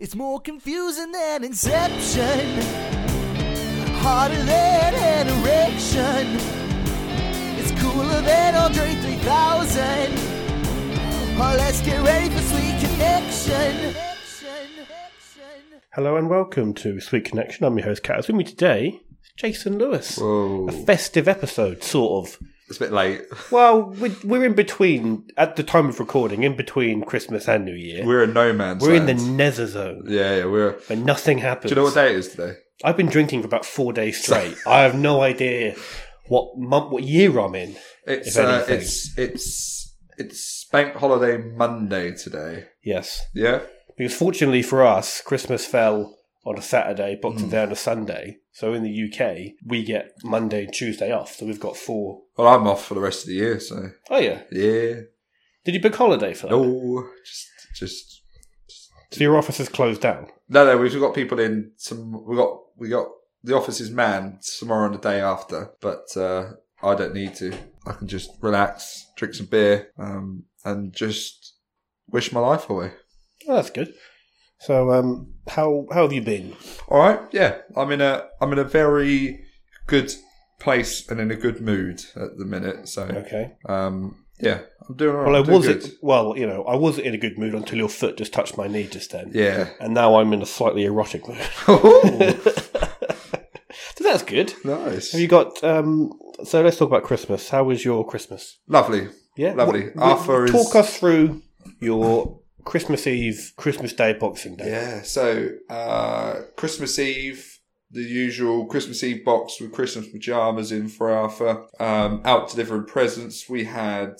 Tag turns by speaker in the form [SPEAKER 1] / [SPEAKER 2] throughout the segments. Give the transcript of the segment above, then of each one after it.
[SPEAKER 1] It's more confusing than Inception, harder than an erection. It's cooler than Andre 3000. Oh, let's get ready for sweet connection.
[SPEAKER 2] Hello and welcome to Sweet Connection. I'm your host, Kat. With me today is Jason Lewis.
[SPEAKER 3] Whoa.
[SPEAKER 2] A festive episode, sort of.
[SPEAKER 3] It's a bit late.
[SPEAKER 2] Well, we're, we're in between, at the time of recording, in between Christmas and New Year. We're,
[SPEAKER 3] We're in no man's
[SPEAKER 2] in the
[SPEAKER 3] land.
[SPEAKER 2] nether zone
[SPEAKER 3] Yeah, yeah, we're. Do
[SPEAKER 2] where nothing happens.
[SPEAKER 3] you know what day it is today?
[SPEAKER 2] I've been drinking for about four days straight. I have no idea what month, what year I'm in.
[SPEAKER 3] It's
[SPEAKER 2] If
[SPEAKER 3] uh,
[SPEAKER 2] anything.
[SPEAKER 3] it's it's it's Bank Holiday Monday today.
[SPEAKER 2] Yes.
[SPEAKER 3] Yeah,
[SPEAKER 2] Because fortunately for us, Christmas fell on a Saturday,
[SPEAKER 3] Hmm.
[SPEAKER 2] Boxing Day on a Sunday. So in the UK, we get Monday and Tuesday off. So we've got four.
[SPEAKER 3] well, I'm off for the rest of the year, so
[SPEAKER 2] Oh, yeah.
[SPEAKER 3] yeah.
[SPEAKER 2] Did you book holiday for that?
[SPEAKER 3] No, just just
[SPEAKER 2] So your office is closed down.
[SPEAKER 3] no, no. We've got people in. Some we got we got the office is manned tomorrow and the day after, but uh, I don't need to. I can just relax, drink some beer, um, and just wish my life away.
[SPEAKER 2] Oh, that's good. So, um, how how have you been?
[SPEAKER 3] All right, yeah. I'm in a I'm in a very good place and in a good mood at the minute. So
[SPEAKER 2] Okay.
[SPEAKER 3] um, yeah, I'm doing all right.
[SPEAKER 2] Well, I
[SPEAKER 3] I'm doing
[SPEAKER 2] was
[SPEAKER 3] good.
[SPEAKER 2] it, well, you know, I was in a good mood until your foot just touched my knee just then,
[SPEAKER 3] Yeah.
[SPEAKER 2] and now I'm in a slightly erotic mood.
[SPEAKER 3] Ooh,
[SPEAKER 2] so that's good.
[SPEAKER 3] nice.
[SPEAKER 2] Have you got? Um, so let's talk about Christmas. How was your Christmas?
[SPEAKER 3] Lovely.
[SPEAKER 2] Yeah,
[SPEAKER 3] Lovely.
[SPEAKER 2] What-
[SPEAKER 3] Arthur is-
[SPEAKER 2] talk us through your Christmas Eve, Christmas Day, Boxing Day.
[SPEAKER 3] Yeah. So uh, Christmas Eve, the usual Christmas Eve box with Christmas pajamas in for Arthur. Um, out delivering presents. We had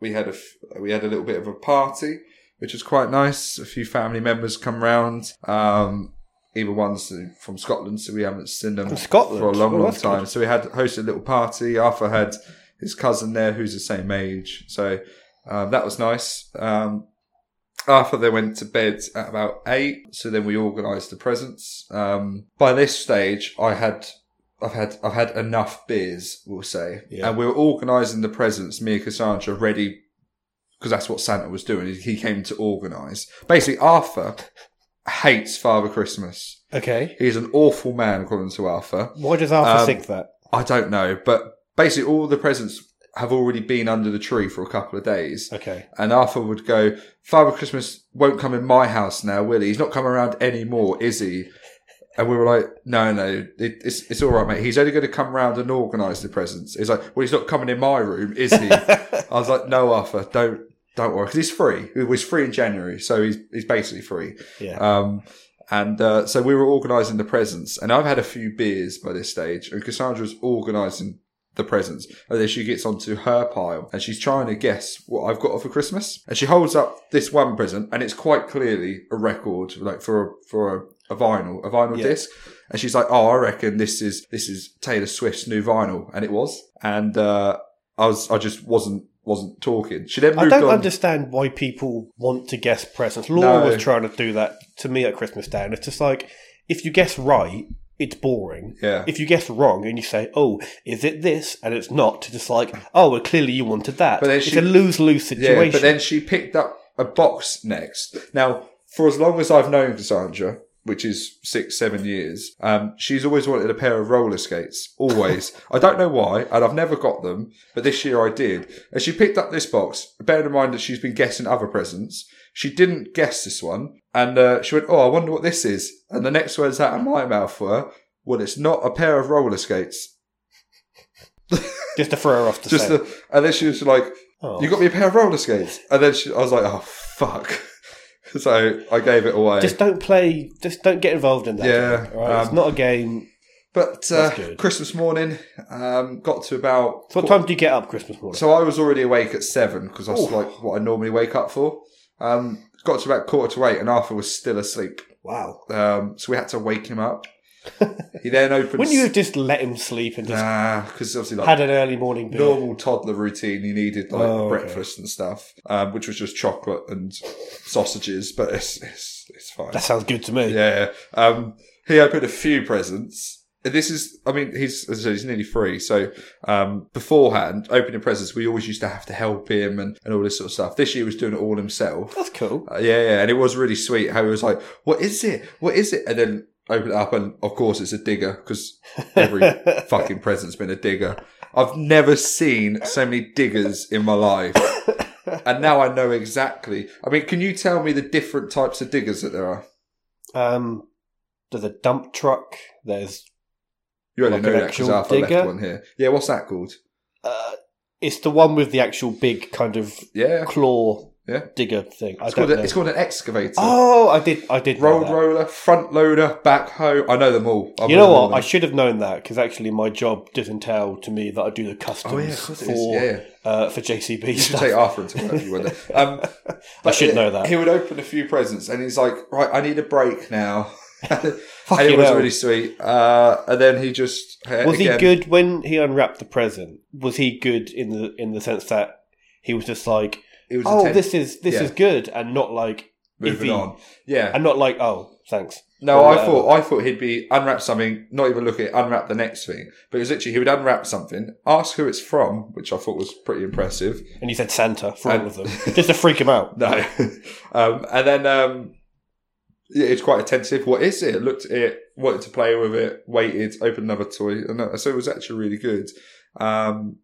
[SPEAKER 3] we had a f- we had a little bit of a party, which was quite nice. A few family members come round. Um, even ones from Scotland, so we haven't seen them
[SPEAKER 2] From Scotland?
[SPEAKER 3] for a long,
[SPEAKER 2] Oh,
[SPEAKER 3] long
[SPEAKER 2] that's
[SPEAKER 3] time. So we had hosted a little party. Arthur had his cousin there, who's the same age. So um, that was nice. Um, Arthur then went to bed at about eight, so then we organised the presents. Um, by this stage, I had, I've had, I've had enough beers, we'll say,
[SPEAKER 2] Yeah.
[SPEAKER 3] and we were organising the presents. Me and Cassandra ready because that's what Santa was doing. He came to organise. Basically, Arthur hates Father Christmas.
[SPEAKER 2] Okay.
[SPEAKER 3] He's an awful man, according to Arthur.
[SPEAKER 2] Why does Arthur
[SPEAKER 3] Um,
[SPEAKER 2] think that?
[SPEAKER 3] I don't know, but basically, all the presents have already been under the tree for a couple of days.
[SPEAKER 2] Okay.
[SPEAKER 3] And Arthur would go, Father Christmas won't come in my house now, will he? He's not coming around anymore, is he? And we were like, no, no, it, it's, it's all right, mate. He's only going to come round and organise the presents. He's like, well, he's not coming in my room, is he? I was like, no, Arthur, don't, don't worry. 'Cause he's free. He was free in January. So he's, he's basically free.
[SPEAKER 2] Yeah.
[SPEAKER 3] Um, and uh, so we were organising the presents, and I've had a few beers by this stage, and Cassandra's organising the presents, and then she gets onto her pile, and she's trying to guess what I've got her for Christmas, and she holds up this one present, and it's quite clearly a record, like for a, for a, a vinyl, a vinyl
[SPEAKER 2] Yeah.
[SPEAKER 3] disc, and she's like, "Oh, I reckon this is this is Taylor Swift's new vinyl," and it was, and uh, I was I just wasn't wasn't talking. She then
[SPEAKER 2] I
[SPEAKER 3] moved
[SPEAKER 2] don't
[SPEAKER 3] on.
[SPEAKER 2] understand why people want to guess presents. Laura
[SPEAKER 3] No.
[SPEAKER 2] was trying to do that to me at Christmas Day, and it's just like if you guess right, it's boring.
[SPEAKER 3] yeah.
[SPEAKER 2] If you guess wrong and you say, "Oh, is it this?" and it's not, it's just like, "Oh, well, clearly you wanted that."
[SPEAKER 3] But then
[SPEAKER 2] it's
[SPEAKER 3] she-
[SPEAKER 2] a lose-lose situation.
[SPEAKER 3] Yeah, but then she picked up a box next. Now, for as long as I've known Cassandra, which is six, seven years, um, she's always wanted a pair of roller skates. Always. I don't know why, and I've never got them, but this year I did. And she picked up this box, bearing in mind that she's been guessing other presents. She didn't guess this one, and uh, she went, Oh, I wonder what this is. And the next words out of my mouth were, Well, it's not a pair of roller skates.
[SPEAKER 2] just to throw her off the
[SPEAKER 3] Just
[SPEAKER 2] scent.
[SPEAKER 3] the, and then she was like,
[SPEAKER 2] Oh.
[SPEAKER 3] you got me a pair of roller skates. And then she, I was like, oh, fuck. So I gave it away.
[SPEAKER 2] Just don't play. Just don't get involved in that.
[SPEAKER 3] Yeah,
[SPEAKER 2] game, all right? it's
[SPEAKER 3] um,
[SPEAKER 2] not a game.
[SPEAKER 3] but uh,
[SPEAKER 2] That's good.
[SPEAKER 3] Christmas morning, um, got to about.
[SPEAKER 2] So what time do you get up Christmas morning?
[SPEAKER 3] So I was already awake at seven because that's
[SPEAKER 2] Oof.
[SPEAKER 3] like what I normally wake up for. Um, got to about quarter to eight and Arthur was still asleep.
[SPEAKER 2] wow.
[SPEAKER 3] Um, so we had to wake him up. he then opened.
[SPEAKER 2] Wouldn't you have just let him sleep and just
[SPEAKER 3] because obviously, like,
[SPEAKER 2] had an early morning beer?
[SPEAKER 3] normal toddler routine. He needed like
[SPEAKER 2] Oh, okay.
[SPEAKER 3] breakfast and stuff, um, which was just chocolate and sausages, but it's, it's, it's fine.
[SPEAKER 2] That sounds good to me.
[SPEAKER 3] Yeah. Um, he opened a few presents. this is, I mean, he's as I said, he's nearly free. So um, beforehand, opening presents, we always used to have to help him and, and all this sort of stuff. This year, he was doing it all himself.
[SPEAKER 2] That's cool.
[SPEAKER 3] Uh, yeah, yeah, and it was really sweet how he was like, "What is it? What is it?" And then open it up, and of course, it's a digger because every fucking present's been a digger. I've never seen so many diggers in my life. And now I know exactly. I mean, can you tell me the different types of diggers that there are?
[SPEAKER 2] Um, there's a dump truck. There's
[SPEAKER 3] You only
[SPEAKER 2] Like
[SPEAKER 3] know
[SPEAKER 2] an
[SPEAKER 3] that because
[SPEAKER 2] actual
[SPEAKER 3] Alpha left
[SPEAKER 2] digger?
[SPEAKER 3] one here. Yeah, what's that called?
[SPEAKER 2] uh, it's the one with the actual big kind of
[SPEAKER 3] Yeah,
[SPEAKER 2] claw
[SPEAKER 3] Yeah.
[SPEAKER 2] digger thing. I
[SPEAKER 3] it's
[SPEAKER 2] don't
[SPEAKER 3] called, a,
[SPEAKER 2] know.
[SPEAKER 3] it's called an excavator.
[SPEAKER 2] oh, I did. I did. know
[SPEAKER 3] Rolled
[SPEAKER 2] that.
[SPEAKER 3] roller, front loader, back hoe. I know them all. I
[SPEAKER 2] You know
[SPEAKER 3] really
[SPEAKER 2] what? I
[SPEAKER 3] them.
[SPEAKER 2] should have known that because actually my job does entail to me that I do the customs
[SPEAKER 3] Oh yeah, of course it is.
[SPEAKER 2] for
[SPEAKER 3] yeah, yeah.
[SPEAKER 2] uh, for JCB
[SPEAKER 3] You should
[SPEAKER 2] stuff.
[SPEAKER 3] take Arthur into work if you want to. Um,
[SPEAKER 2] I should
[SPEAKER 3] yeah,
[SPEAKER 2] know that.
[SPEAKER 3] He would open a few presents and he's like, right, I need a break now. and
[SPEAKER 2] Fucking
[SPEAKER 3] it was
[SPEAKER 2] hell.
[SPEAKER 3] really sweet. Uh, and then he just. uh,
[SPEAKER 2] was
[SPEAKER 3] again,
[SPEAKER 2] he good when he unwrapped the present? Was he good in the in the sense that he was just like,
[SPEAKER 3] It was
[SPEAKER 2] oh,
[SPEAKER 3] intense.
[SPEAKER 2] this is this
[SPEAKER 3] Yeah.
[SPEAKER 2] is good, and not like
[SPEAKER 3] Moving
[SPEAKER 2] iffy.
[SPEAKER 3] on. Yeah.
[SPEAKER 2] and not like oh thanks.
[SPEAKER 3] No,
[SPEAKER 2] Or
[SPEAKER 3] I
[SPEAKER 2] whatever.
[SPEAKER 3] thought I thought he'd be unwrap something, not even look at it, unwrap the next thing. But it was literally he would unwrap something, ask who it's from, which I thought was pretty impressive.
[SPEAKER 2] And he said Santa for
[SPEAKER 3] And-
[SPEAKER 2] all of them, just to freak him out.
[SPEAKER 3] No, um, and then um, yeah, it's quite attentive. What is it? Looked at it, wanted to play with it, waited, opened another toy, and that- so it was actually really good. Um,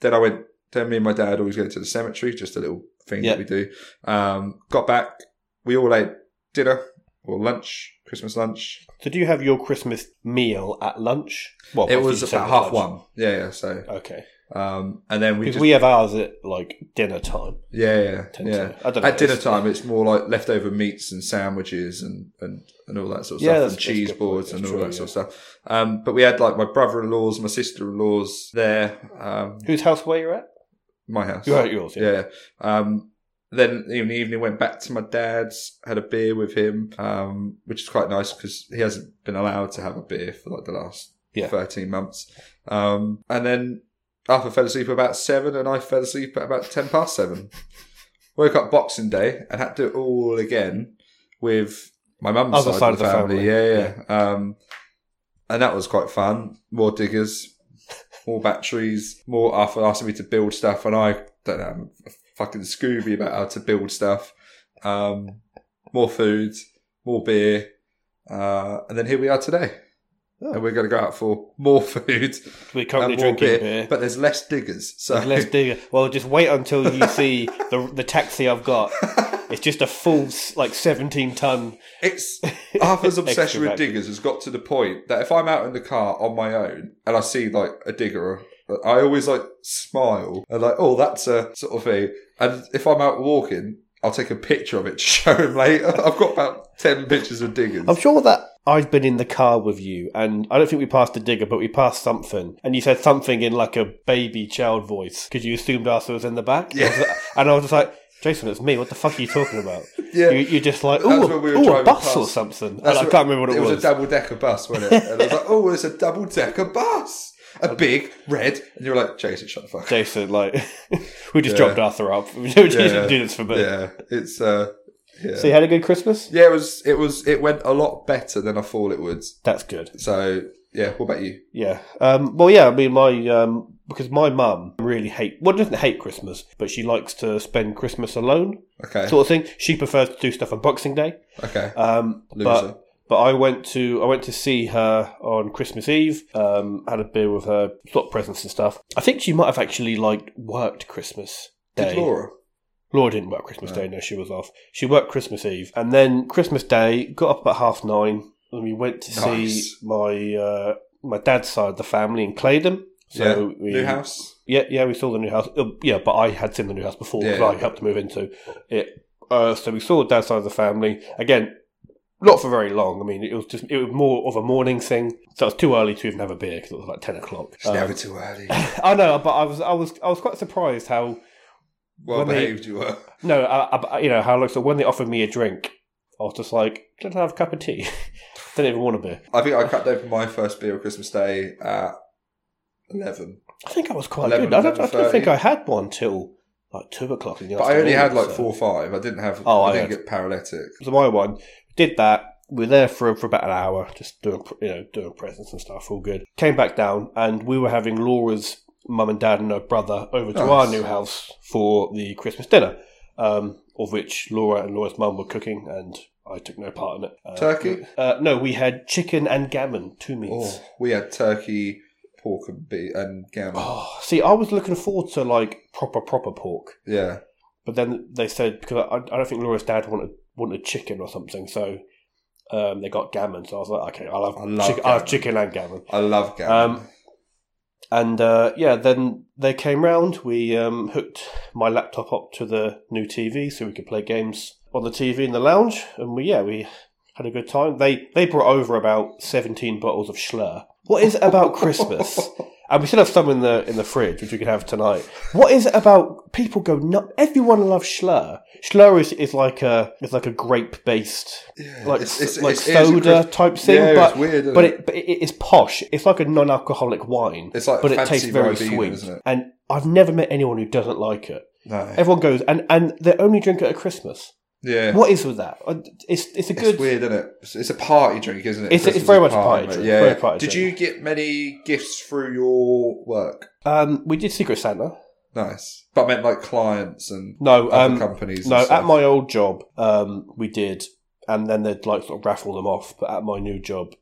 [SPEAKER 3] then I went. Then me and my dad always go to the cemetery, just a little thing
[SPEAKER 2] Yeah.
[SPEAKER 3] that we do. Um, got back, we all ate dinner or lunch, Christmas lunch.
[SPEAKER 2] So do you have your Christmas meal at lunch? Well,
[SPEAKER 3] It
[SPEAKER 2] obviously
[SPEAKER 3] was
[SPEAKER 2] you said
[SPEAKER 3] about
[SPEAKER 2] at
[SPEAKER 3] half
[SPEAKER 2] lunch.
[SPEAKER 3] one. Yeah, yeah. So,
[SPEAKER 2] Okay,
[SPEAKER 3] um, and then we
[SPEAKER 2] because
[SPEAKER 3] just
[SPEAKER 2] we have ours at like dinner time.
[SPEAKER 3] yeah, yeah,
[SPEAKER 2] tend
[SPEAKER 3] yeah.
[SPEAKER 2] to- I don't know.
[SPEAKER 3] At dinner
[SPEAKER 2] It's-
[SPEAKER 3] time, it's more like leftover meats and sandwiches and and, and all that sort of
[SPEAKER 2] Yeah, that's-
[SPEAKER 3] stuff, and
[SPEAKER 2] that's
[SPEAKER 3] cheese
[SPEAKER 2] good point.
[SPEAKER 3] boards
[SPEAKER 2] That's
[SPEAKER 3] and all
[SPEAKER 2] true,
[SPEAKER 3] that
[SPEAKER 2] yeah.
[SPEAKER 3] sort of stuff. Um, but we had like my brother-in-laws, my sister-in-laws there. Um,
[SPEAKER 2] Whose house were you at?
[SPEAKER 3] my house.
[SPEAKER 2] You're at yours.
[SPEAKER 3] Yeah. Um, then in the evening, went back to my dad's, had a beer with him, um, which is quite nice because he hasn't been allowed to have a beer for like the last
[SPEAKER 2] Yeah.
[SPEAKER 3] 13 months. Um, and then Arthur fell asleep at about seven and I fell asleep at about 10 past seven. Woke up Boxing Day and had to do it all again with my mum's
[SPEAKER 2] Other
[SPEAKER 3] side, of the family. Yeah, yeah. Um, and that was quite fun. More diggers, more batteries, more Arthur asking me to build stuff, and I don't know, I'm fucking Scooby about how to build stuff. Um, more food, more beer, uh, and then here we are today. And we're going to go out for more food
[SPEAKER 2] We're currently
[SPEAKER 3] and more
[SPEAKER 2] drinking
[SPEAKER 3] beer,
[SPEAKER 2] beer.
[SPEAKER 3] but there's less diggers. So
[SPEAKER 2] Let's do it. Well, just wait until you see the the taxi I've got. It's just a full s- like seventeen ton.
[SPEAKER 3] it's Arthur's obsession with
[SPEAKER 2] Excavated.
[SPEAKER 3] diggers has got to the point that if I'm out in the car on my own and I see like a digger, I always like smile and like, oh, that's a sort of thing. And if I'm out walking, I'll take a picture of it to show him later. I've got about ten pictures of diggers.
[SPEAKER 2] I'm sure that I've been in the car with you, and I don't think we passed a digger, but we passed something, and you said something in like a baby child voice because you assumed Arthur was in the back.
[SPEAKER 3] Yeah.
[SPEAKER 2] and I was just like. Jason, it's me. What the fuck are you talking about?
[SPEAKER 3] Yeah.
[SPEAKER 2] you, you're just like,
[SPEAKER 3] That's
[SPEAKER 2] oh,
[SPEAKER 3] when we were
[SPEAKER 2] a
[SPEAKER 3] driving
[SPEAKER 2] bus
[SPEAKER 3] past.
[SPEAKER 2] or something. And
[SPEAKER 3] That's
[SPEAKER 2] I can't remember what it, was.
[SPEAKER 3] It was a double decker bus, wasn't it? And I was like, oh, it's a double decker bus, a big red. And you're like, Jason, shut the fuck up.
[SPEAKER 2] Jason, like, we just
[SPEAKER 3] Yeah.
[SPEAKER 2] dropped Arthur up. We didn't do this for me.
[SPEAKER 3] Yeah, it's uh, yeah.
[SPEAKER 2] So you had a good Christmas?
[SPEAKER 3] yeah, it was. It was. It went a lot better than I thought it would.
[SPEAKER 2] That's good.
[SPEAKER 3] So yeah, what about you?
[SPEAKER 2] Yeah. Um, well, yeah. I mean, my um, because my mum really hate well doesn't hate Christmas, but she likes to spend Christmas alone,
[SPEAKER 3] Okay,
[SPEAKER 2] sort of thing. She prefers to do stuff on Boxing Day.
[SPEAKER 3] okay,
[SPEAKER 2] Um,
[SPEAKER 3] loser.
[SPEAKER 2] but but I went to I went to see her on Christmas Eve. Um, had a beer with her, got presents and stuff. I think she might have actually like worked Christmas. Day.
[SPEAKER 3] Did Laura?
[SPEAKER 2] Laura didn't work Christmas Day, no, she was off. She worked Christmas Eve. And then Christmas Day, got up about half nine, and we went to
[SPEAKER 3] Nice.
[SPEAKER 2] see my uh, my dad's side of the family in Claydon. So
[SPEAKER 3] yeah,
[SPEAKER 2] we,
[SPEAKER 3] new house.
[SPEAKER 2] Yeah, yeah, we saw the new house. Uh, yeah, but I had seen the new house before
[SPEAKER 3] Yeah,
[SPEAKER 2] because I
[SPEAKER 3] yeah.
[SPEAKER 2] helped move into it. Uh, so we saw dad's side of the family. Again, not for very long. I mean, it was just, it was more of a morning thing. So it was too early to even have a beer because it was like 10 o'clock. Uh,
[SPEAKER 3] It's never too early.
[SPEAKER 2] I know, but I was, I was, I was quite surprised how
[SPEAKER 3] Well
[SPEAKER 2] when they-
[SPEAKER 3] behaved you were.
[SPEAKER 2] no, I, I, you know how like so when they offered me a drink, I was just like, "Can I have a cup of tea?" Didn't even want a beer.
[SPEAKER 3] I think I cracked open my first beer on Christmas Day at eleven,
[SPEAKER 2] I think I was quite
[SPEAKER 3] 11,
[SPEAKER 2] good. I don't, I don't
[SPEAKER 3] 11:30.
[SPEAKER 2] think I had one till like two o'clock in the
[SPEAKER 3] but I
[SPEAKER 2] afternoon.
[SPEAKER 3] only had like
[SPEAKER 2] so-
[SPEAKER 3] four or five. I didn't have.
[SPEAKER 2] Oh,
[SPEAKER 3] I
[SPEAKER 2] I
[SPEAKER 3] didn't
[SPEAKER 2] had-
[SPEAKER 3] get paralytic.
[SPEAKER 2] So my one did that. we were there for for about an hour, just doing you know doing presents and stuff, all good. Came back down, and we were having Laura's mum and dad and her brother over to our
[SPEAKER 3] Nice.
[SPEAKER 2] new house for the Christmas dinner, um, of which Laura and Laura's mum were cooking, and I took no part in it. Uh,
[SPEAKER 3] Turkey?
[SPEAKER 2] Uh, no, we had chicken and gammon, two meats.
[SPEAKER 3] Oh, we had turkey, pork, and beef, and gammon.
[SPEAKER 2] Oh, see, I was looking forward to like proper proper pork.
[SPEAKER 3] Yeah,
[SPEAKER 2] But then they said because I, I don't think Laura's dad wanted wanted chicken or something, so um, they got gammon. So I was like, okay, I'll have,
[SPEAKER 3] I love
[SPEAKER 2] chick- I'll have
[SPEAKER 3] gammon.
[SPEAKER 2] chicken and gammon.
[SPEAKER 3] I love gammon.
[SPEAKER 2] Um, And uh, yeah, then they came round. We um, hooked my laptop up to the new TV so we could play games on the TV in the lounge. And we yeah we had a good time. They they brought over about seventeen bottles of Schlur. What is it about Christmas? And we still have some in the in the fridge, which we could have tonight. What is it about people go nut? Everyone loves Schlur. Schlur is, is like a is like a grape based like
[SPEAKER 3] it's- it's-
[SPEAKER 2] like
[SPEAKER 3] it's- it's a
[SPEAKER 2] soda
[SPEAKER 3] Chris-
[SPEAKER 2] type thing,
[SPEAKER 3] Yeah, it's
[SPEAKER 2] but
[SPEAKER 3] weird, isn't
[SPEAKER 2] but
[SPEAKER 3] it?
[SPEAKER 2] it, but it, it's posh. It's like a non-alcoholic wine,
[SPEAKER 3] It's like
[SPEAKER 2] but it
[SPEAKER 3] fancy
[SPEAKER 2] tastes very
[SPEAKER 3] Ribena,
[SPEAKER 2] sweet.
[SPEAKER 3] isn't it?
[SPEAKER 2] And I've never met anyone who doesn't like it.
[SPEAKER 3] no.
[SPEAKER 2] Everyone goes and and they only drink it at Christmas.
[SPEAKER 3] yeah,
[SPEAKER 2] What is with that? I- It's it's a
[SPEAKER 3] it's
[SPEAKER 2] good.
[SPEAKER 3] weird, isn't it? It's, it's a party drink, isn't it?
[SPEAKER 2] It's- it's
[SPEAKER 3] Christmas
[SPEAKER 2] very
[SPEAKER 3] is
[SPEAKER 2] much a party
[SPEAKER 3] mate.
[SPEAKER 2] drink,
[SPEAKER 3] Yeah.
[SPEAKER 2] very party
[SPEAKER 3] Did
[SPEAKER 2] drink.
[SPEAKER 3] you get many gifts through your work?
[SPEAKER 2] Um, we did Secret Santa.
[SPEAKER 3] Nice, but I meant like clients and
[SPEAKER 2] No,
[SPEAKER 3] other
[SPEAKER 2] um,
[SPEAKER 3] companies. and
[SPEAKER 2] no. At
[SPEAKER 3] stuff.
[SPEAKER 2] my old job, um, we did, and then they'd like sort of raffle them off. But at my new job,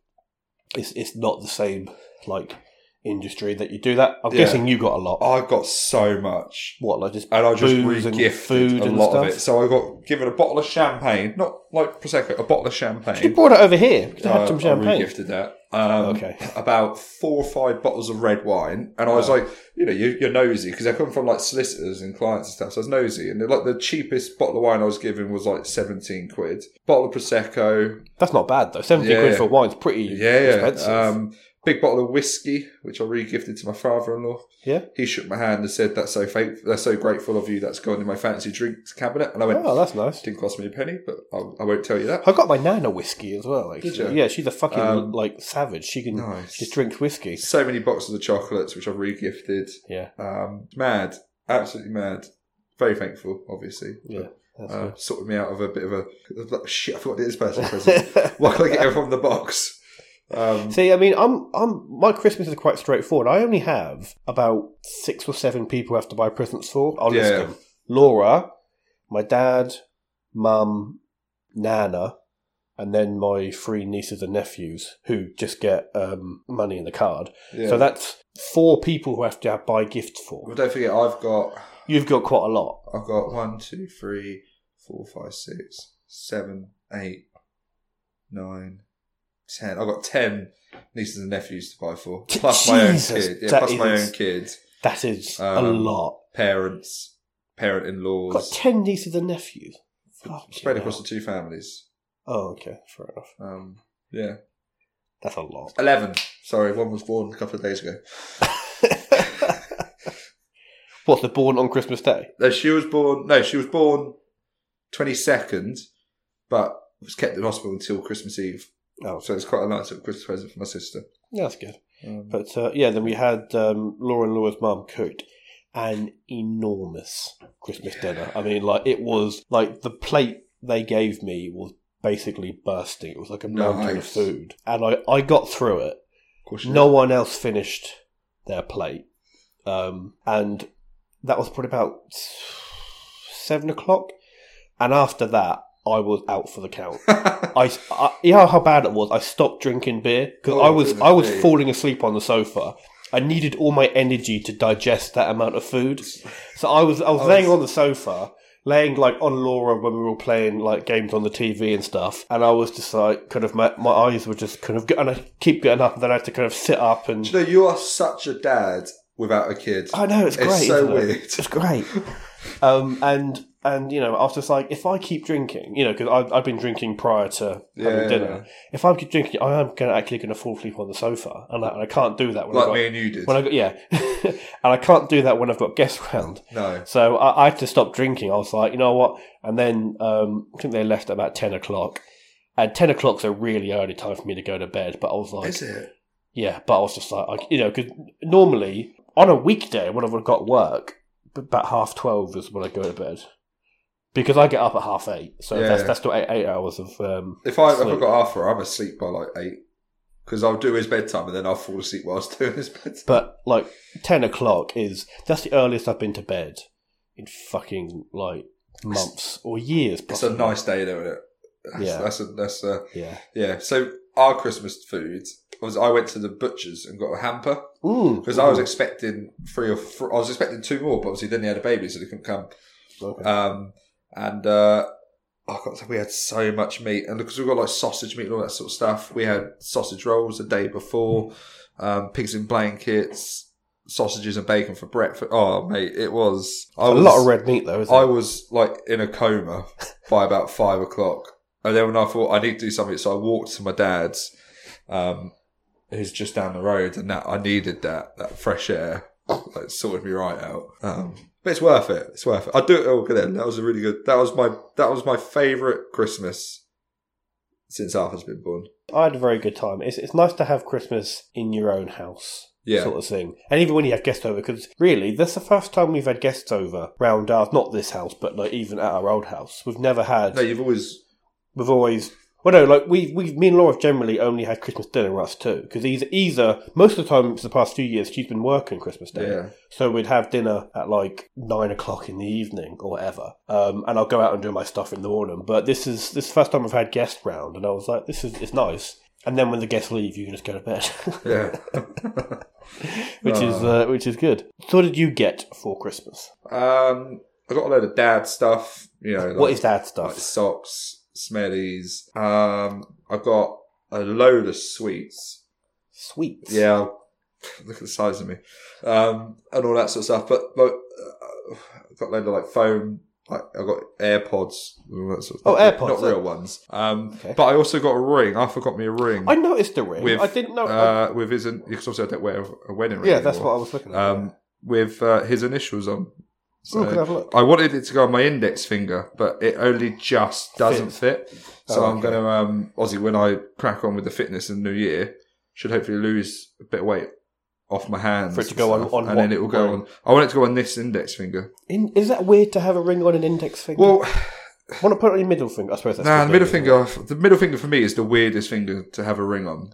[SPEAKER 2] it's it's not the same like industry that you do that. I'm
[SPEAKER 3] Yeah.
[SPEAKER 2] guessing you got a lot.
[SPEAKER 3] I got so much.
[SPEAKER 2] What like just
[SPEAKER 3] and I just
[SPEAKER 2] booze and
[SPEAKER 3] re-gifted
[SPEAKER 2] food
[SPEAKER 3] a
[SPEAKER 2] and
[SPEAKER 3] lot of
[SPEAKER 2] stuff?
[SPEAKER 3] it. So I got given a bottle of champagne, not like prosecco, a bottle of
[SPEAKER 2] You
[SPEAKER 3] champagne.
[SPEAKER 2] brought it over here. We could have
[SPEAKER 3] uh, I-
[SPEAKER 2] had some
[SPEAKER 3] I
[SPEAKER 2] champagne.
[SPEAKER 3] re-gifted that. Um,
[SPEAKER 2] Okay.
[SPEAKER 3] About four or five bottles of red wine, and I was
[SPEAKER 2] Wow.
[SPEAKER 3] like, you know, you, you're nosy because I come from like solicitors and clients and stuff. So I was nosy, and like the cheapest bottle of wine I was given was like seventeen quid. Bottle of prosecco,
[SPEAKER 2] That's not bad though. Seventy
[SPEAKER 3] Yeah.
[SPEAKER 2] quid for wine's pretty
[SPEAKER 3] yeah,
[SPEAKER 2] expensive.
[SPEAKER 3] um, big bottle of whiskey, which I re-gifted to my father-in-law.
[SPEAKER 2] Yeah.
[SPEAKER 3] he shook my hand and said, "That's so faith- that's so grateful of you. That's gone in my fancy drinks cabinet." And I went,
[SPEAKER 2] oh, that's nice.
[SPEAKER 3] Didn't cost me a penny, but I'll, I won't tell you that.
[SPEAKER 2] I got my nana whiskey as well. Actually,
[SPEAKER 3] Did you?
[SPEAKER 2] yeah, she's a fucking
[SPEAKER 3] Um,
[SPEAKER 2] like savage. She can
[SPEAKER 3] nice.
[SPEAKER 2] just drink whiskey.
[SPEAKER 3] So many boxes of chocolates, which I've regifted.
[SPEAKER 2] Yeah,
[SPEAKER 3] Um, mad, absolutely mad. Very thankful, obviously.
[SPEAKER 2] yeah.
[SPEAKER 3] But,
[SPEAKER 2] That's
[SPEAKER 3] uh, sorted me out of a bit of a like, shit. I forgot this person present.
[SPEAKER 2] good.
[SPEAKER 3] Why can I get it from the box? Um,
[SPEAKER 2] See, I mean, I'm, I'm, my Christmas is quite straightforward. I only have about six or seven people I have to buy presents for. I'll list
[SPEAKER 3] Yeah.
[SPEAKER 2] them: Laura, my dad, mum, Nana, and then my three nieces and nephews who just get um, money in the card.
[SPEAKER 3] yeah.
[SPEAKER 2] So that's four people who have to have buy gifts
[SPEAKER 3] Well,
[SPEAKER 2] for.
[SPEAKER 3] don't forget, I've got
[SPEAKER 2] You've got quite a lot.
[SPEAKER 3] I've got one, two, three, four, five, six, seven, eight, nine, ten. I've got ten nieces and nephews to buy for, plus my own
[SPEAKER 2] Jesus,
[SPEAKER 3] kid. Yeah,
[SPEAKER 2] that
[SPEAKER 3] plus my
[SPEAKER 2] is-
[SPEAKER 3] own kids.
[SPEAKER 2] That is a
[SPEAKER 3] Um,
[SPEAKER 2] lot.
[SPEAKER 3] parents, parent in
[SPEAKER 2] I've got
[SPEAKER 3] laws,
[SPEAKER 2] ten nieces and nephews. Fucking
[SPEAKER 3] spread across
[SPEAKER 2] hell.
[SPEAKER 3] the two families.
[SPEAKER 2] Oh, okay, fair enough.
[SPEAKER 3] Um, yeah,
[SPEAKER 2] That's a lot.
[SPEAKER 3] eleven. Sorry, one was born a couple of days ago.
[SPEAKER 2] What? They're born on Christmas Day.
[SPEAKER 3] No, she was born. No, she was born twenty second, but was kept in hospital until Christmas Eve.
[SPEAKER 2] Oh,
[SPEAKER 3] So it's quite a nice little Christmas present for my sister.
[SPEAKER 2] yeah, that's good.
[SPEAKER 3] Um,
[SPEAKER 2] But uh, yeah, then we had um, Laura and Laura's mum cooked an enormous Christmas dinner. I mean, like it was like the plate they gave me was basically bursting. It was like a mountain of
[SPEAKER 3] Nice.
[SPEAKER 2] food, and I, I got through it.
[SPEAKER 3] of course she
[SPEAKER 2] No one else finished their plate. Um, and that was probably about seven o'clock. And after that, I was out for the count.
[SPEAKER 3] did.
[SPEAKER 2] I, I you know how bad it was. I stopped drinking beer because
[SPEAKER 3] Oh,
[SPEAKER 2] I was
[SPEAKER 3] goodness
[SPEAKER 2] I was
[SPEAKER 3] me.
[SPEAKER 2] falling asleep on the sofa. I needed all my energy to digest that amount of food. So I was I was
[SPEAKER 3] Oh,
[SPEAKER 2] laying
[SPEAKER 3] it's-
[SPEAKER 2] on the sofa, laying like on Laura when we were all playing like games on the TV and stuff. And I was just like kind of my, my eyes were just kind of and I keep getting up and then I had to kind of sit up and
[SPEAKER 3] Do you know you are such a dad without a kid?
[SPEAKER 2] I know it's
[SPEAKER 3] It's
[SPEAKER 2] great.
[SPEAKER 3] so
[SPEAKER 2] isn't it?
[SPEAKER 3] weird.
[SPEAKER 2] It's great. Um, and and you know, I was just like, if I keep drinking, you know, because I've, I've been drinking prior to
[SPEAKER 3] Yeah.
[SPEAKER 2] having dinner. If I keep drinking, I am gonna, actually going to fall asleep on the sofa, and I, and I can't do that when
[SPEAKER 3] like
[SPEAKER 2] I've got,
[SPEAKER 3] me and you did.
[SPEAKER 2] when I got yeah, and I can't do that when I've got guests round.
[SPEAKER 3] no.
[SPEAKER 2] So I, I had to stop drinking. I was like, you know what? And then um, I think they left at about ten o'clock. And ten o'clock's a really early time for me to go to bed. But I was like,
[SPEAKER 3] Is it?
[SPEAKER 2] yeah, but I was just like, I, you know, because normally on a weekday when I've got work, b- about half twelve is when I go to bed. because I get up at half eight, so
[SPEAKER 3] Yeah,
[SPEAKER 2] that's
[SPEAKER 3] yeah.
[SPEAKER 2] that's still eight, eight hours of. Um,
[SPEAKER 3] If I if I
[SPEAKER 2] Sleep.
[SPEAKER 3] got Arthur, I'm asleep by like eight because I'll do his bedtime and then I'll fall asleep whilst doing his bedtime.
[SPEAKER 2] but like ten o'clock is that's the earliest I've been to bed in fucking like months or years.
[SPEAKER 3] It's a
[SPEAKER 2] Possibly.
[SPEAKER 3] nice day, though, isn't it? That's,
[SPEAKER 2] Yeah.
[SPEAKER 3] that's a that's a
[SPEAKER 2] yeah.
[SPEAKER 3] yeah. So our Christmas food was I went to the butcher's and got a hamper because I was expecting three or four, I was expecting two more, but obviously then they had a baby, so they couldn't come.
[SPEAKER 2] Okay.
[SPEAKER 3] Um, and uh, I got we had so much meat, and because we got like sausage meat and all that sort of stuff, we had sausage rolls the day before, um, pigs in blankets, sausages and bacon for breakfast. Oh, mate, it was I
[SPEAKER 2] a
[SPEAKER 3] was,
[SPEAKER 2] lot of red meat though. Isn't
[SPEAKER 3] I
[SPEAKER 2] it?
[SPEAKER 3] was like in a coma by about five o'clock, and then when I thought I need to do something, so I walked to my dad's, um, who's just down the road, and that I needed that that fresh air. That sorted me right out. Um, but it's worth it. It's worth it. I do it all good. Then that was a really good. That was my that was my favorite Christmas since Arthur's been born.
[SPEAKER 2] I had a very good time. It's it's nice to have Christmas in your own house.
[SPEAKER 3] Yeah.
[SPEAKER 2] Sort of thing. And even when you have guests over, because really, that's the first time we've had guests over round ours, not this house, but like even at our old house. We've never had,
[SPEAKER 3] No, you've always
[SPEAKER 2] we've always, well, no, like we, we, me and Laura have generally only had Christmas dinner us too. Because either, either, most of the time for the past few years, she's been working Christmas Day.
[SPEAKER 3] yeah.
[SPEAKER 2] So we'd have dinner at like nine o'clock in the evening or whatever, um, and I'll go out and do my stuff in the morning. But this is this is the first time I've had guests round, and I was like, this is it's nice. And then when the guests leave, you can just go to bed,
[SPEAKER 3] Yeah.
[SPEAKER 2] which is
[SPEAKER 3] Oh.
[SPEAKER 2] uh, which is good. So, what did you get for Christmas?
[SPEAKER 3] um, I got a load of dad stuff. You know,
[SPEAKER 2] what
[SPEAKER 3] like-
[SPEAKER 2] is dad
[SPEAKER 3] like
[SPEAKER 2] stuff?
[SPEAKER 3] socks, smellies. Um, I've got a load of sweets.
[SPEAKER 2] Sweets.
[SPEAKER 3] Yeah, look at the size of me, um, and all that sort of stuff. But but uh, I've got a load of like foam. Like I've got AirPods. and all that sort of
[SPEAKER 2] Oh,
[SPEAKER 3] stuff.
[SPEAKER 2] AirPods,
[SPEAKER 3] not
[SPEAKER 2] yeah.
[SPEAKER 3] real ones. Um,
[SPEAKER 2] Okay.
[SPEAKER 3] but I also got a ring. I forgot me a ring.
[SPEAKER 2] I noticed the ring.
[SPEAKER 3] With,
[SPEAKER 2] I didn't know. I-
[SPEAKER 3] uh, with his because obviously I don't wear a wedding ring.
[SPEAKER 2] yeah, that's what
[SPEAKER 3] anymore.
[SPEAKER 2] I was looking at.
[SPEAKER 3] Um, with uh, his initials on.
[SPEAKER 2] oh, can I have a look?
[SPEAKER 3] I wanted it to go on my index finger, but it only just doesn't fit. So
[SPEAKER 2] Oh,
[SPEAKER 3] I'm
[SPEAKER 2] okay.
[SPEAKER 3] going to, um, obviously, when I crack on with the fitness in the new year, should hopefully lose a bit of weight off my hands.
[SPEAKER 2] For it to
[SPEAKER 3] and
[SPEAKER 2] go on-
[SPEAKER 3] stuff,
[SPEAKER 2] on
[SPEAKER 3] and then
[SPEAKER 2] what
[SPEAKER 3] it will go
[SPEAKER 2] line?
[SPEAKER 3] on. I want it to go on this index finger.
[SPEAKER 2] In, is that weird to have a ring on an index finger?
[SPEAKER 3] Well,
[SPEAKER 2] want to put it on your middle finger? I suppose that's
[SPEAKER 3] nah,
[SPEAKER 2] good,
[SPEAKER 3] the middle
[SPEAKER 2] yeah.
[SPEAKER 3] finger, the middle finger for me is the weirdest finger to have a ring on.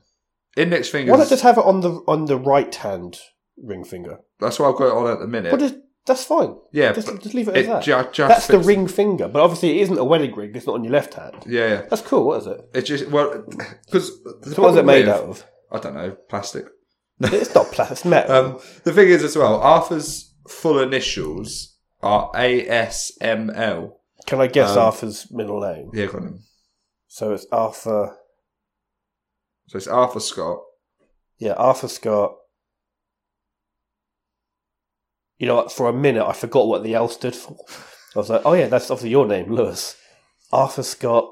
[SPEAKER 3] Index finger.
[SPEAKER 2] Why not just have it on the on the right hand ring finger?
[SPEAKER 3] That's what I've got it on at the minute.
[SPEAKER 2] But it- that's fine.
[SPEAKER 3] yeah,
[SPEAKER 2] Just,
[SPEAKER 3] but
[SPEAKER 2] just leave it,
[SPEAKER 3] it
[SPEAKER 2] as that.
[SPEAKER 3] ju- just
[SPEAKER 2] that's the
[SPEAKER 3] fits-
[SPEAKER 2] ring finger, but obviously it isn't a wedding ring. It's not on your left hand.
[SPEAKER 3] Yeah, yeah.
[SPEAKER 2] That's cool. What is it?
[SPEAKER 3] It just well because
[SPEAKER 2] So what is it made out of?
[SPEAKER 3] I don't know, plastic.
[SPEAKER 2] It's not plastic. It's metal.
[SPEAKER 3] Um, the thing is, as well, Arthur's full initials are ASML.
[SPEAKER 2] Can I guess
[SPEAKER 3] um,
[SPEAKER 2] Arthur's middle name?
[SPEAKER 3] Yeah, got him.
[SPEAKER 2] So it's Arthur.
[SPEAKER 3] So it's Arthur Scott.
[SPEAKER 2] Yeah, Arthur Scott. You know what? For a minute, I forgot what the L stood for. I was like, oh yeah, that's obviously your name, Lewis. Arthur Scott.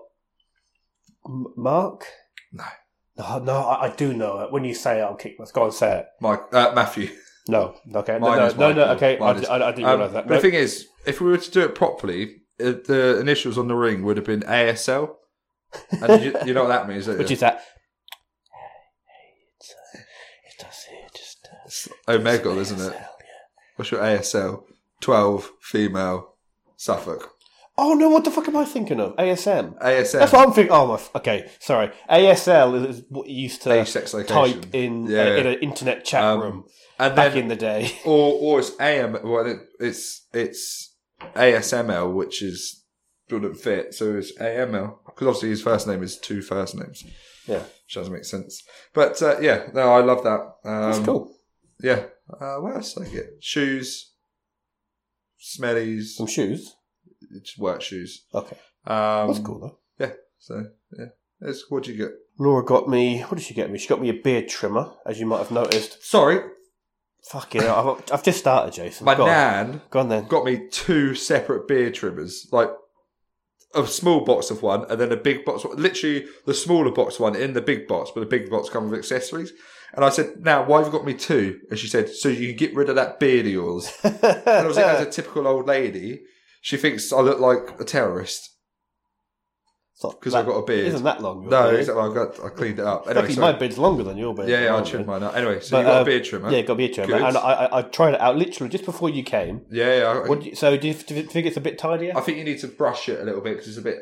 [SPEAKER 2] M- Mark?
[SPEAKER 3] No.
[SPEAKER 2] No, no, I, I do know it. When you say it, I'll kick my. Go on, say it.
[SPEAKER 3] Mike, uh, Matthew.
[SPEAKER 2] No, okay, no,
[SPEAKER 3] Mine
[SPEAKER 2] no,
[SPEAKER 3] is
[SPEAKER 2] no, no,
[SPEAKER 3] Michael.
[SPEAKER 2] okay. I,
[SPEAKER 3] Mine is-
[SPEAKER 2] I, I didn't
[SPEAKER 3] Um,
[SPEAKER 2] realize that.
[SPEAKER 3] but
[SPEAKER 2] No.
[SPEAKER 3] the thing is, if we were to do it properly, uh, the initials on the ring would have been ASL. And you, you know what that means, don't
[SPEAKER 2] Which
[SPEAKER 3] you?
[SPEAKER 2] is that. It's, uh, it does it just. Uh,
[SPEAKER 3] It's Omega, isn't it? What's your ASL? 12, female, Suffolk.
[SPEAKER 2] Oh no! What the fuck am I thinking of? ASM.
[SPEAKER 3] ASL.
[SPEAKER 2] That's what I'm thinking. Oh my. f- Okay, sorry. ASL is what you used to
[SPEAKER 3] Age, sex, location.
[SPEAKER 2] type in
[SPEAKER 3] Yeah.
[SPEAKER 2] uh, in an internet chat
[SPEAKER 3] Um,
[SPEAKER 2] room
[SPEAKER 3] and
[SPEAKER 2] back
[SPEAKER 3] then um,
[SPEAKER 2] in the day.
[SPEAKER 3] or or it's AM. Well, it, it's it's ASML, which is wouldn't fit. So it's AML because obviously his first name is two first names,
[SPEAKER 2] Yeah,
[SPEAKER 3] which doesn't make sense. But uh, yeah, no, I love that. Um,
[SPEAKER 2] that's cool.
[SPEAKER 3] Yeah. Uh, what else did I get? Shoes, smellies,
[SPEAKER 2] Some shoes.
[SPEAKER 3] it's work shoes.
[SPEAKER 2] Okay,
[SPEAKER 3] Um,
[SPEAKER 2] that's cool though.
[SPEAKER 3] So yeah, That's- what did you get?
[SPEAKER 2] Laura got me. What did she get me? She got me a beard trimmer, as you might have noticed.
[SPEAKER 3] Sorry,
[SPEAKER 2] Fucking, hell, I've, I've just started, Jason.
[SPEAKER 3] my
[SPEAKER 2] go on.
[SPEAKER 3] nan
[SPEAKER 2] Go on then.
[SPEAKER 3] got me two separate beard trimmers, like a small box of one and then a big box. Literally, the smaller box one in the big box, but the big box comes with accessories. And I said, "Now, why have you got me two? And she said, "So you can get rid of that beard of yours." And I was like, as a typical old lady, she thinks I look like a terrorist. 'Cause I've got a beard.
[SPEAKER 2] Isn't that long? your
[SPEAKER 3] No,
[SPEAKER 2] beard?
[SPEAKER 3] exactly. I, got, I cleaned it up. Anyway,
[SPEAKER 2] Lucky
[SPEAKER 3] so-
[SPEAKER 2] my beard's longer than your beard.
[SPEAKER 3] yeah, yeah, I
[SPEAKER 2] aren't
[SPEAKER 3] trimmed
[SPEAKER 2] you?
[SPEAKER 3] mine up. Anyway, so
[SPEAKER 2] But,
[SPEAKER 3] you got
[SPEAKER 2] uh,
[SPEAKER 3] a beard trimmer.
[SPEAKER 2] Yeah, got a beard trimmer,
[SPEAKER 3] Good.
[SPEAKER 2] and I, I, I tried it out literally just before you came.
[SPEAKER 3] yeah, yeah. I,
[SPEAKER 2] What do you, so do you, do you think it's a bit tidier?
[SPEAKER 3] I think you need to brush it a little bit because it's a bit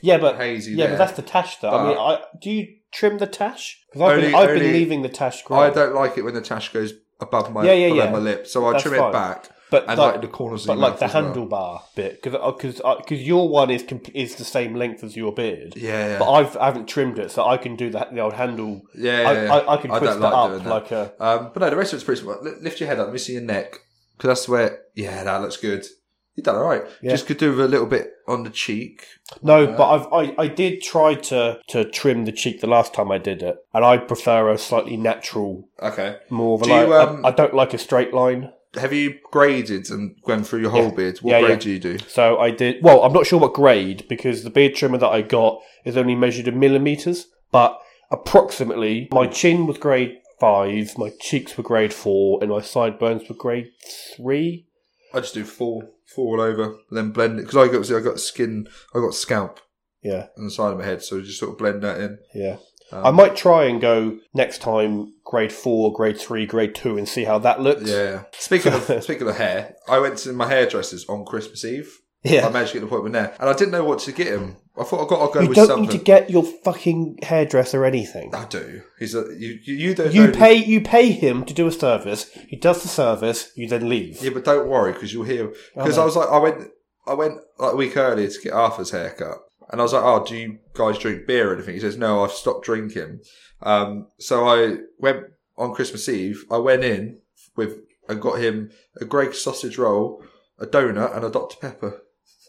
[SPEAKER 2] yeah, but
[SPEAKER 3] hazy.
[SPEAKER 2] yeah,
[SPEAKER 3] there.
[SPEAKER 2] but that's the tash though. I
[SPEAKER 3] But-
[SPEAKER 2] mean, I, do you trim the tash? Because I've, been,
[SPEAKER 3] Only-
[SPEAKER 2] I've been
[SPEAKER 3] only-
[SPEAKER 2] leaving the tash grey.
[SPEAKER 3] I don't like it when the tash goes above my
[SPEAKER 2] Oh. Yeah, yeah,
[SPEAKER 3] below
[SPEAKER 2] yeah.
[SPEAKER 3] my lip, so I
[SPEAKER 2] That's
[SPEAKER 3] trim
[SPEAKER 2] fine.
[SPEAKER 3] it back
[SPEAKER 2] but
[SPEAKER 3] and
[SPEAKER 2] like,
[SPEAKER 3] like, the corners of
[SPEAKER 2] but
[SPEAKER 3] your
[SPEAKER 2] like
[SPEAKER 3] mouth
[SPEAKER 2] the
[SPEAKER 3] as well.
[SPEAKER 2] handlebar bit uh, because because your one is comp- is the same length as your beard.
[SPEAKER 3] Yeah, yeah.
[SPEAKER 2] But I've I haven't trimmed it, so I can do the, the old handle.
[SPEAKER 3] yeah,
[SPEAKER 2] I,
[SPEAKER 3] yeah, yeah.
[SPEAKER 2] I, I can twist
[SPEAKER 3] don't
[SPEAKER 2] it
[SPEAKER 3] like
[SPEAKER 2] up
[SPEAKER 3] doing that.
[SPEAKER 2] like a.
[SPEAKER 3] Um, but no, the rest of it's pretty small. Li- lift your head up. Let me see your neck. Because that's where, yeah, that looks good. You've done all right.
[SPEAKER 2] Yeah.
[SPEAKER 3] Just could do with a little bit on the cheek.
[SPEAKER 2] No, but I've, I I did try to to trim the cheek the last time I did it, and I prefer a slightly natural,
[SPEAKER 3] Okay.
[SPEAKER 2] more of a
[SPEAKER 3] Do
[SPEAKER 2] like,
[SPEAKER 3] you, um,
[SPEAKER 2] I, I don't like a straight line.
[SPEAKER 3] Have you graded and gone through your whole beard? What
[SPEAKER 2] Yeah,
[SPEAKER 3] grade
[SPEAKER 2] yeah.
[SPEAKER 3] do you do?
[SPEAKER 2] So I did. Well, I'm not sure what grade because the beard trimmer that I got is only measured in millimeters, but approximately my chin was grade five, my cheeks were grade four, and my sideburns were grade three.
[SPEAKER 3] I just do four, four all over, then blend it. Because I got, see, I got skin, I got scalp
[SPEAKER 2] Yeah,
[SPEAKER 3] on the side of my head, so just sort of blend that in.
[SPEAKER 2] yeah.
[SPEAKER 3] Um,
[SPEAKER 2] I might try and go next time grade four, grade three, grade two, and see how that looks.
[SPEAKER 3] Yeah. Speaking of speaking of hair, I went to my hairdresser's on Christmas Eve. I
[SPEAKER 2] yeah.
[SPEAKER 3] managed to get an appointment there, and I didn't know what to get him. I thought I got to go
[SPEAKER 2] You
[SPEAKER 3] with
[SPEAKER 2] don't
[SPEAKER 3] something.
[SPEAKER 2] need to get your fucking hairdresser anything.
[SPEAKER 3] I do. He's a you. You, you don't.
[SPEAKER 2] You
[SPEAKER 3] know-
[SPEAKER 2] pay you pay him to do a service. He does the service. You then leave.
[SPEAKER 3] Yeah, but don't worry because you'll hear. Because
[SPEAKER 2] Okay.
[SPEAKER 3] I was like, I went, I went like a week earlier to get Arthur's haircut, and I was like, oh, do you guys drink beer or anything? He says, no, I've stopped drinking. Um, so I went on Christmas Eve. I went in with and got him a Greg sausage roll, a donut, and a Dr Pepper.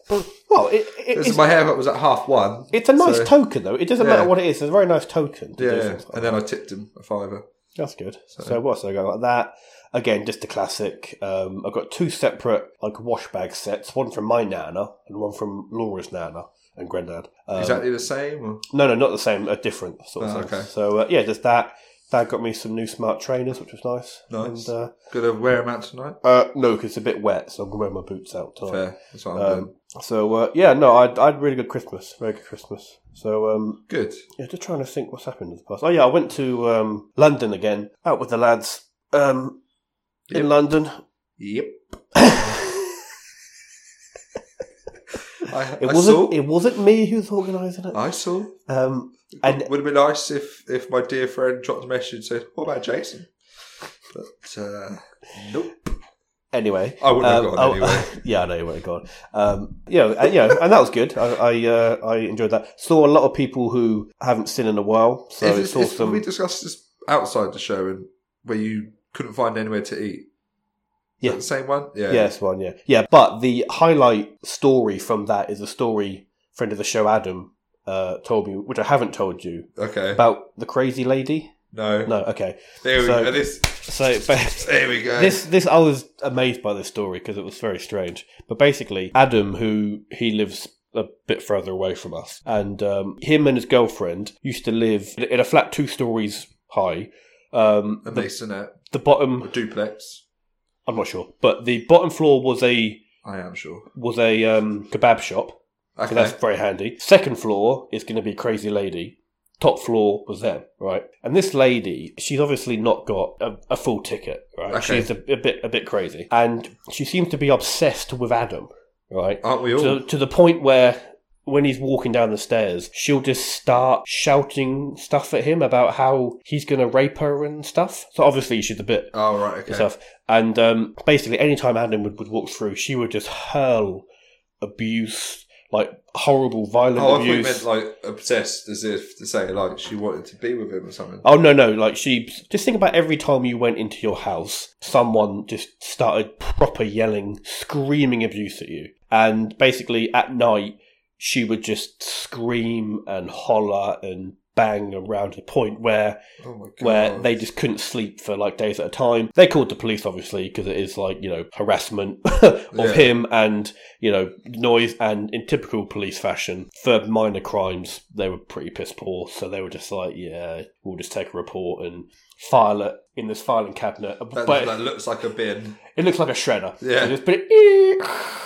[SPEAKER 2] Well, it, it-
[SPEAKER 3] This-
[SPEAKER 2] it's,
[SPEAKER 3] my haircut was at half one.
[SPEAKER 2] it's a nice
[SPEAKER 3] so-
[SPEAKER 2] token though. It doesn't
[SPEAKER 3] Yeah.
[SPEAKER 2] matter what it is. It's a very nice token. To
[SPEAKER 3] Yeah,
[SPEAKER 2] do
[SPEAKER 3] yeah.
[SPEAKER 2] things like
[SPEAKER 3] and then I tipped him a fiver.
[SPEAKER 2] That's good. So, what's I got like that? Again, just a classic. Um, I've got two separate like wash bag sets. One from my nana and one from Laura's nana and granddad. Um,
[SPEAKER 3] exactly the same. Or?
[SPEAKER 2] No, no, not the same. A different sort of
[SPEAKER 3] Oh,
[SPEAKER 2] thing.
[SPEAKER 3] okay.
[SPEAKER 2] So uh, yeah, just that. Dad got me some new smart trainers, which was nice.
[SPEAKER 3] Nice.
[SPEAKER 2] And, uh,
[SPEAKER 3] Gonna wear him out tonight.
[SPEAKER 2] uh, no, 'cause it's a bit wet, so I'm gonna wear my boots out tonight.
[SPEAKER 3] Fair. That's what I'm doing.
[SPEAKER 2] Um, so uh, yeah, no, I I had a really good Christmas, very good Christmas. So um,
[SPEAKER 3] Good.
[SPEAKER 2] yeah, just trying to think what's happened in the past. Oh yeah, I went to um, London again, out with the lads um,
[SPEAKER 3] Yep.
[SPEAKER 2] in London.
[SPEAKER 3] Yep. I,
[SPEAKER 2] It
[SPEAKER 3] I
[SPEAKER 2] wasn't
[SPEAKER 3] saw.
[SPEAKER 2] it wasn't me who's organising it.
[SPEAKER 3] I saw.
[SPEAKER 2] Um, and
[SPEAKER 3] Would have been nice if, if my dear friend dropped a message and said, "What about Jason?" But uh, nope.
[SPEAKER 2] anyway,
[SPEAKER 3] I wouldn't have
[SPEAKER 2] um,
[SPEAKER 3] gone
[SPEAKER 2] oh,
[SPEAKER 3] anyway.
[SPEAKER 2] yeah, I know you would have gone. Um, you know, and, you know, and that was good. I I, uh, I enjoyed that. Saw a lot of people who I haven't seen in a while. So
[SPEAKER 3] If-
[SPEAKER 2] it's,
[SPEAKER 3] if-
[SPEAKER 2] saw
[SPEAKER 3] if
[SPEAKER 2] some.
[SPEAKER 3] We discussed this outside the show and where you couldn't find anywhere to eat. Is
[SPEAKER 2] Yeah.
[SPEAKER 3] that the same one. Yeah.
[SPEAKER 2] Yes, one, yeah. Yeah, but the highlight story from that is a story friend of the show, Adam, uh, told me, which I haven't told you,
[SPEAKER 3] Okay.
[SPEAKER 2] about the crazy lady.
[SPEAKER 3] No.
[SPEAKER 2] No, okay.
[SPEAKER 3] There we
[SPEAKER 2] So-
[SPEAKER 3] go. This.
[SPEAKER 2] So, but
[SPEAKER 3] There we go.
[SPEAKER 2] this, this, I was amazed by this story because it was very strange. But basically, Adam, who he lives a bit further away from us, and um, him and his girlfriend used to live in a flat two stories high. Um,
[SPEAKER 3] a
[SPEAKER 2] the,
[SPEAKER 3] masonette,
[SPEAKER 2] the bottom,
[SPEAKER 3] a duplex.
[SPEAKER 2] I'm not sure, but the bottom floor was a
[SPEAKER 3] I am sure.
[SPEAKER 2] was a um, kebab shop.
[SPEAKER 3] Okay.
[SPEAKER 2] So that's very handy. Second floor is going to be Crazy Lady. Top floor was them, right? And this lady, she's obviously not got a, a full ticket, right?
[SPEAKER 3] Okay.
[SPEAKER 2] She's a, a bit a bit crazy, and she seems to be obsessed with Adam, right?
[SPEAKER 3] Aren't we all?
[SPEAKER 2] To, to the point where when he's walking down the stairs, she'll just start shouting stuff at him about how he's going to rape her and stuff. So obviously she's a bit
[SPEAKER 3] oh right. Okay.
[SPEAKER 2] stuff. And um, basically, any time Adam would, would walk through, she would just hurl abuse, like horrible, violent
[SPEAKER 3] Oh, I thought you
[SPEAKER 2] abuse.
[SPEAKER 3] meant like obsessed, as if to say like she wanted to be with him or something.
[SPEAKER 2] Oh no no! Like she just think about every time you went into your house, someone just started proper yelling, screaming abuse at you, and basically at night she would just scream and holler and bang around to the point where
[SPEAKER 3] Oh my god!
[SPEAKER 2] where they just couldn't sleep for like days at a time. They called the police, obviously, because it is like, you know, harassment of
[SPEAKER 3] Yeah.
[SPEAKER 2] him and, you know, noise. And in typical police fashion, for minor crimes, they were pretty piss poor. So they were just like, yeah, we'll just take a report and file it in this filing cabinet.
[SPEAKER 3] that,
[SPEAKER 2] but
[SPEAKER 3] that looks like a bin.
[SPEAKER 2] it looks like a shredder.
[SPEAKER 3] Yeah.
[SPEAKER 2] So just put it.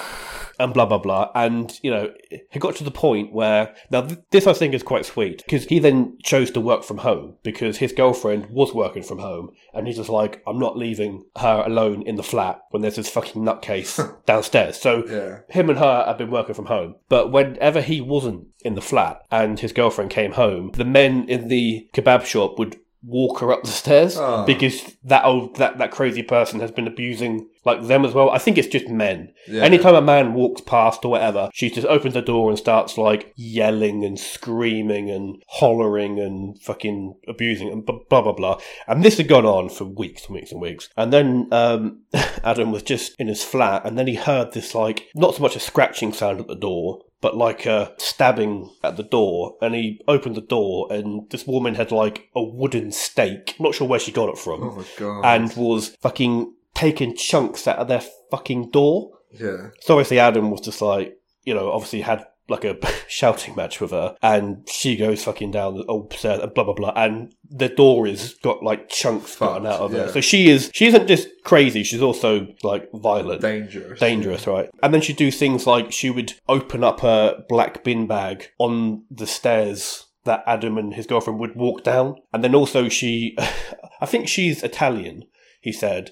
[SPEAKER 2] and blah blah blah. And you know, it got to the point where now th- this I think is quite sweet because he then chose to work from home because his girlfriend was working from home, and he's just like, I'm not leaving her alone in the flat when there's this fucking nutcase downstairs. So
[SPEAKER 3] Yeah.
[SPEAKER 2] him and her have been working from home, but whenever he wasn't in the flat and his girlfriend came home, the men in the kebab shop would walk her up the stairs
[SPEAKER 3] Ah.
[SPEAKER 2] because that old that, that crazy person has been abusing like them as well. I think it's just men.
[SPEAKER 3] Yeah.
[SPEAKER 2] Anytime a man walks past or whatever, she just opens the door and starts like yelling and screaming and hollering and fucking abusing and b- blah blah blah. And this had gone on for weeks and weeks and weeks. And then um, Adam was just in his flat, and then he heard this like not so much a scratching sound at the door, but like a stabbing at the door. And he opened the door, and this woman had like a wooden stake. I'm not sure where she got it from,
[SPEAKER 3] Oh my god.
[SPEAKER 2] and was fucking taking chunks out of their fucking door.
[SPEAKER 3] yeah.
[SPEAKER 2] So obviously Adam was just like, you know, obviously had like a shouting match with her, and she goes fucking down the old stairs and blah blah blah, and the door is got like chunks
[SPEAKER 3] Fucked,
[SPEAKER 2] gotten out of
[SPEAKER 3] yeah.
[SPEAKER 2] it. So she is she isn't just crazy; she's also like violent.
[SPEAKER 3] Dangerous.
[SPEAKER 2] Dangerous, right? And then she'd do things like she would open up her black bin bag on the stairs that Adam and his girlfriend would walk down. And then also she, I think she's Italian, he said.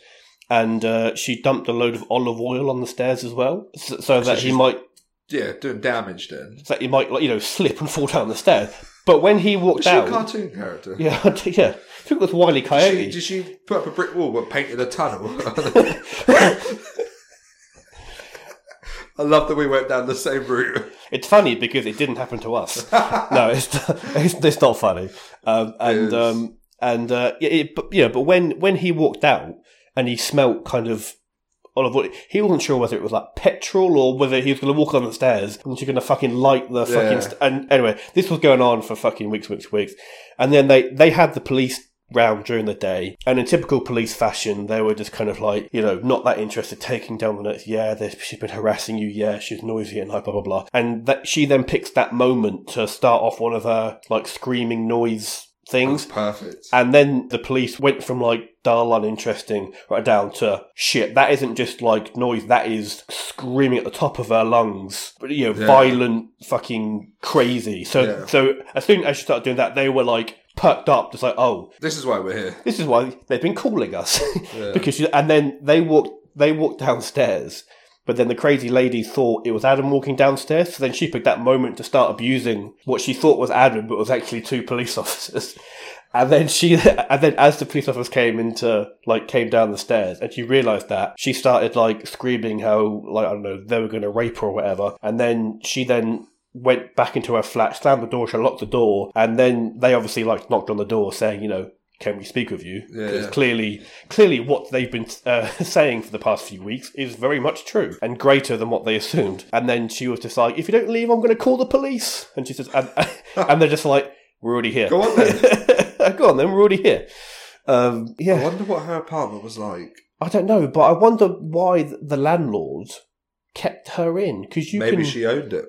[SPEAKER 2] And uh, she dumped a load of olive oil on the stairs as well, so, so that he
[SPEAKER 3] she's-
[SPEAKER 2] might,
[SPEAKER 3] Yeah, doing damage then.
[SPEAKER 2] so that he might, like, you know, slip and fall down the stairs. But when he walked
[SPEAKER 3] Was she a
[SPEAKER 2] down,
[SPEAKER 3] cartoon character?
[SPEAKER 2] yeah, I think- yeah, I think it was Wiley
[SPEAKER 3] Did
[SPEAKER 2] Coyote.
[SPEAKER 3] she, did she put up a brick wall but painted a tunnel? I love that we went down the same route.
[SPEAKER 2] It's funny because it didn't happen to us. no, it's, it's it's not funny. Um, and
[SPEAKER 3] is.
[SPEAKER 2] um, and uh, yeah, it, but yeah, but when when he walked out and he smelt kind of olive oil, he wasn't sure whether it was like petrol or whether he was going to walk on the stairs and she going to fucking light the
[SPEAKER 3] Yeah.
[SPEAKER 2] fucking. St- and anyway, this was going on for fucking weeks, weeks, weeks, and then they they had the police. Round during the day, and in typical police fashion, they were just kind of like, you know, not that interested, taking down the notes. Yeah, this- she's been harassing you. Yeah, she's noisy and like blah blah blah. And that she then picks that moment to start off one of her like screaming noise things.
[SPEAKER 3] Perfect.
[SPEAKER 2] And then the police went from like dull, uninteresting, right down to shit. That isn't just like noise. That is screaming at the top of her lungs. But, You know,
[SPEAKER 3] Yeah.
[SPEAKER 2] violent, fucking crazy. So,
[SPEAKER 3] Yeah.
[SPEAKER 2] so as soon as she started doing that, they were like perked up, just like, oh,
[SPEAKER 3] This is why we're here.
[SPEAKER 2] this is why they've been calling us
[SPEAKER 3] Yeah.
[SPEAKER 2] because she, and then they walked they walked downstairs but then the crazy lady thought it was adam walking downstairs so then she picked that moment to start abusing what she thought was adam but was actually two police officers and then she and then as the police officers came into like came down the stairs and she realized that she started like screaming how like i don't know they were going to rape her or whatever and then she then went back into her flat slammed the door she locked the door and then they obviously like knocked on the door saying you know can we speak with you?
[SPEAKER 3] Yeah,
[SPEAKER 2] 'Cause
[SPEAKER 3] yeah.
[SPEAKER 2] clearly, clearly, what they've been uh, saying for the past few weeks is very much true and greater than what they assumed. And then she was just like, "If you don't leave, I'm going to call the police." And she says, "And, and they're just like, we're already here.
[SPEAKER 3] Go on then.
[SPEAKER 2] Go on, then we're already here." Um,
[SPEAKER 3] I
[SPEAKER 2] yeah,
[SPEAKER 3] wonder what her apartment was like.
[SPEAKER 2] I don't know, but I wonder why th- the landlord kept her in because you
[SPEAKER 3] Maybe
[SPEAKER 2] can.
[SPEAKER 3] she owned it.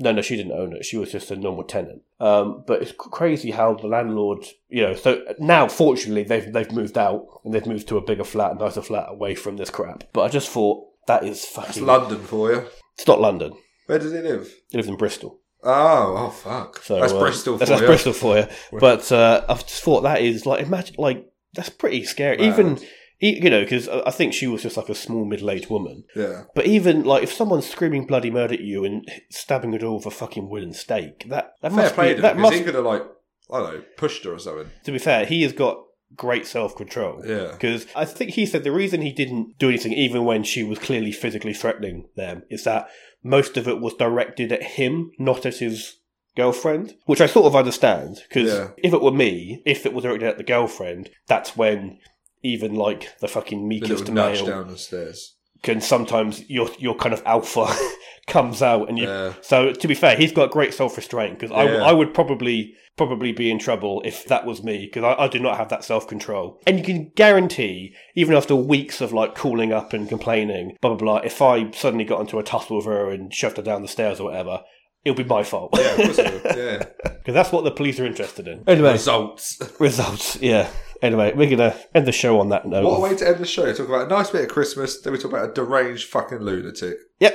[SPEAKER 2] No, no, she didn't own it. She was just a normal tenant. Um, but it's c- crazy how the landlord, you know. So now, fortunately, they've they've moved out and they've moved to a bigger flat, a nicer flat, away from this crap. But I just thought that is
[SPEAKER 3] It's
[SPEAKER 2] fucking.
[SPEAKER 3] London for you.
[SPEAKER 2] it's not London.
[SPEAKER 3] Where does he live?
[SPEAKER 2] It lives in Bristol.
[SPEAKER 3] Oh, oh fuck.
[SPEAKER 2] So
[SPEAKER 3] that's
[SPEAKER 2] uh,
[SPEAKER 3] Bristol
[SPEAKER 2] That's,
[SPEAKER 3] for
[SPEAKER 2] that's
[SPEAKER 3] you.
[SPEAKER 2] Bristol for you. But uh, I've just thought that is like imagine like that's pretty scary.
[SPEAKER 3] Mad.
[SPEAKER 2] Even e- you know because I I think she was just like a small middle aged woman.
[SPEAKER 3] Yeah.
[SPEAKER 2] But even like if someone's screaming bloody murder at you and stabbing it all with a fucking wooden stake, that that
[SPEAKER 3] Fair
[SPEAKER 2] must
[SPEAKER 3] play
[SPEAKER 2] be
[SPEAKER 3] to him,
[SPEAKER 2] that
[SPEAKER 3] 'cause
[SPEAKER 2] must
[SPEAKER 3] he could have like I don't know, pushed her or something.
[SPEAKER 2] to be fair, he has got great self control.
[SPEAKER 3] Yeah.
[SPEAKER 2] Because I think he said the reason he didn't do anything, even when she was clearly physically threatening them, is that most of it was directed at him, not at his girlfriend, which I sort of understand. Because
[SPEAKER 3] Yeah.
[SPEAKER 2] if it were me, if it was directed at the girlfriend, that's when even like the fucking
[SPEAKER 3] The little
[SPEAKER 2] meekest
[SPEAKER 3] nudge
[SPEAKER 2] male
[SPEAKER 3] down the stairs.
[SPEAKER 2] can sometimes your your kind of alpha comes out and you
[SPEAKER 3] Yeah.
[SPEAKER 2] so to be fair he's got great self-restraint because I, w-
[SPEAKER 3] Yeah.
[SPEAKER 2] I would probably probably be in trouble if that was me because I, I do not have that self-control and you can guarantee even after weeks of like calling up and complaining blah blah blah if i suddenly got into a tussle with her and shoved her down the stairs or whatever it'll be my fault
[SPEAKER 3] Yeah, of course it would. Yeah.
[SPEAKER 2] because that's what the police are interested in anyway
[SPEAKER 3] Results.
[SPEAKER 2] results yeah anyway we're gonna end the show on that note
[SPEAKER 3] What a way to end the show. Talk about a nice bit of Christmas, then we talk about a deranged fucking lunatic.
[SPEAKER 2] yep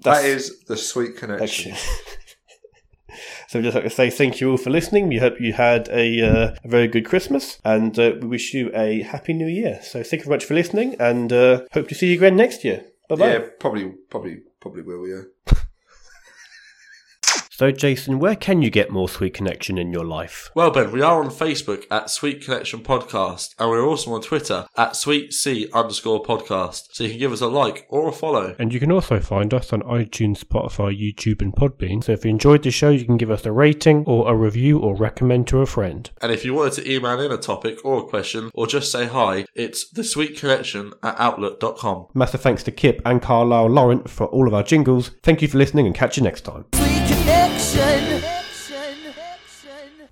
[SPEAKER 3] That's,
[SPEAKER 2] That's-
[SPEAKER 3] the sweet connection.
[SPEAKER 2] so we'd just like to say thank you all for listening. We hope you had a, uh, a very good Christmas and uh, we wish you a happy new year. So thank you very much for listening and uh, hope to see you again next year. Bye bye.
[SPEAKER 3] Yeah, probably, probably, probably will. Yeah.
[SPEAKER 2] So, Jason, where can you get more Sweet Connection in your life?
[SPEAKER 4] Well, Ben, we are on Facebook at Sweet Connection Podcast, and we're also on Twitter at Sweet C underscore podcast. So you can give us a like or a follow.
[SPEAKER 5] And you can also find us on iTunes, Spotify, YouTube, and Podbean. So if you enjoyed the show, you can give us a rating or a review or recommend to a friend.
[SPEAKER 4] And if you wanted to email in a topic or a question or just say hi, it's the Sweet Connection at outlook.com.
[SPEAKER 2] Massive thanks to Kip and Carlisle Laurent for all of our jingles. Thank you for listening and catch you next time.
[SPEAKER 1] Sweet connection.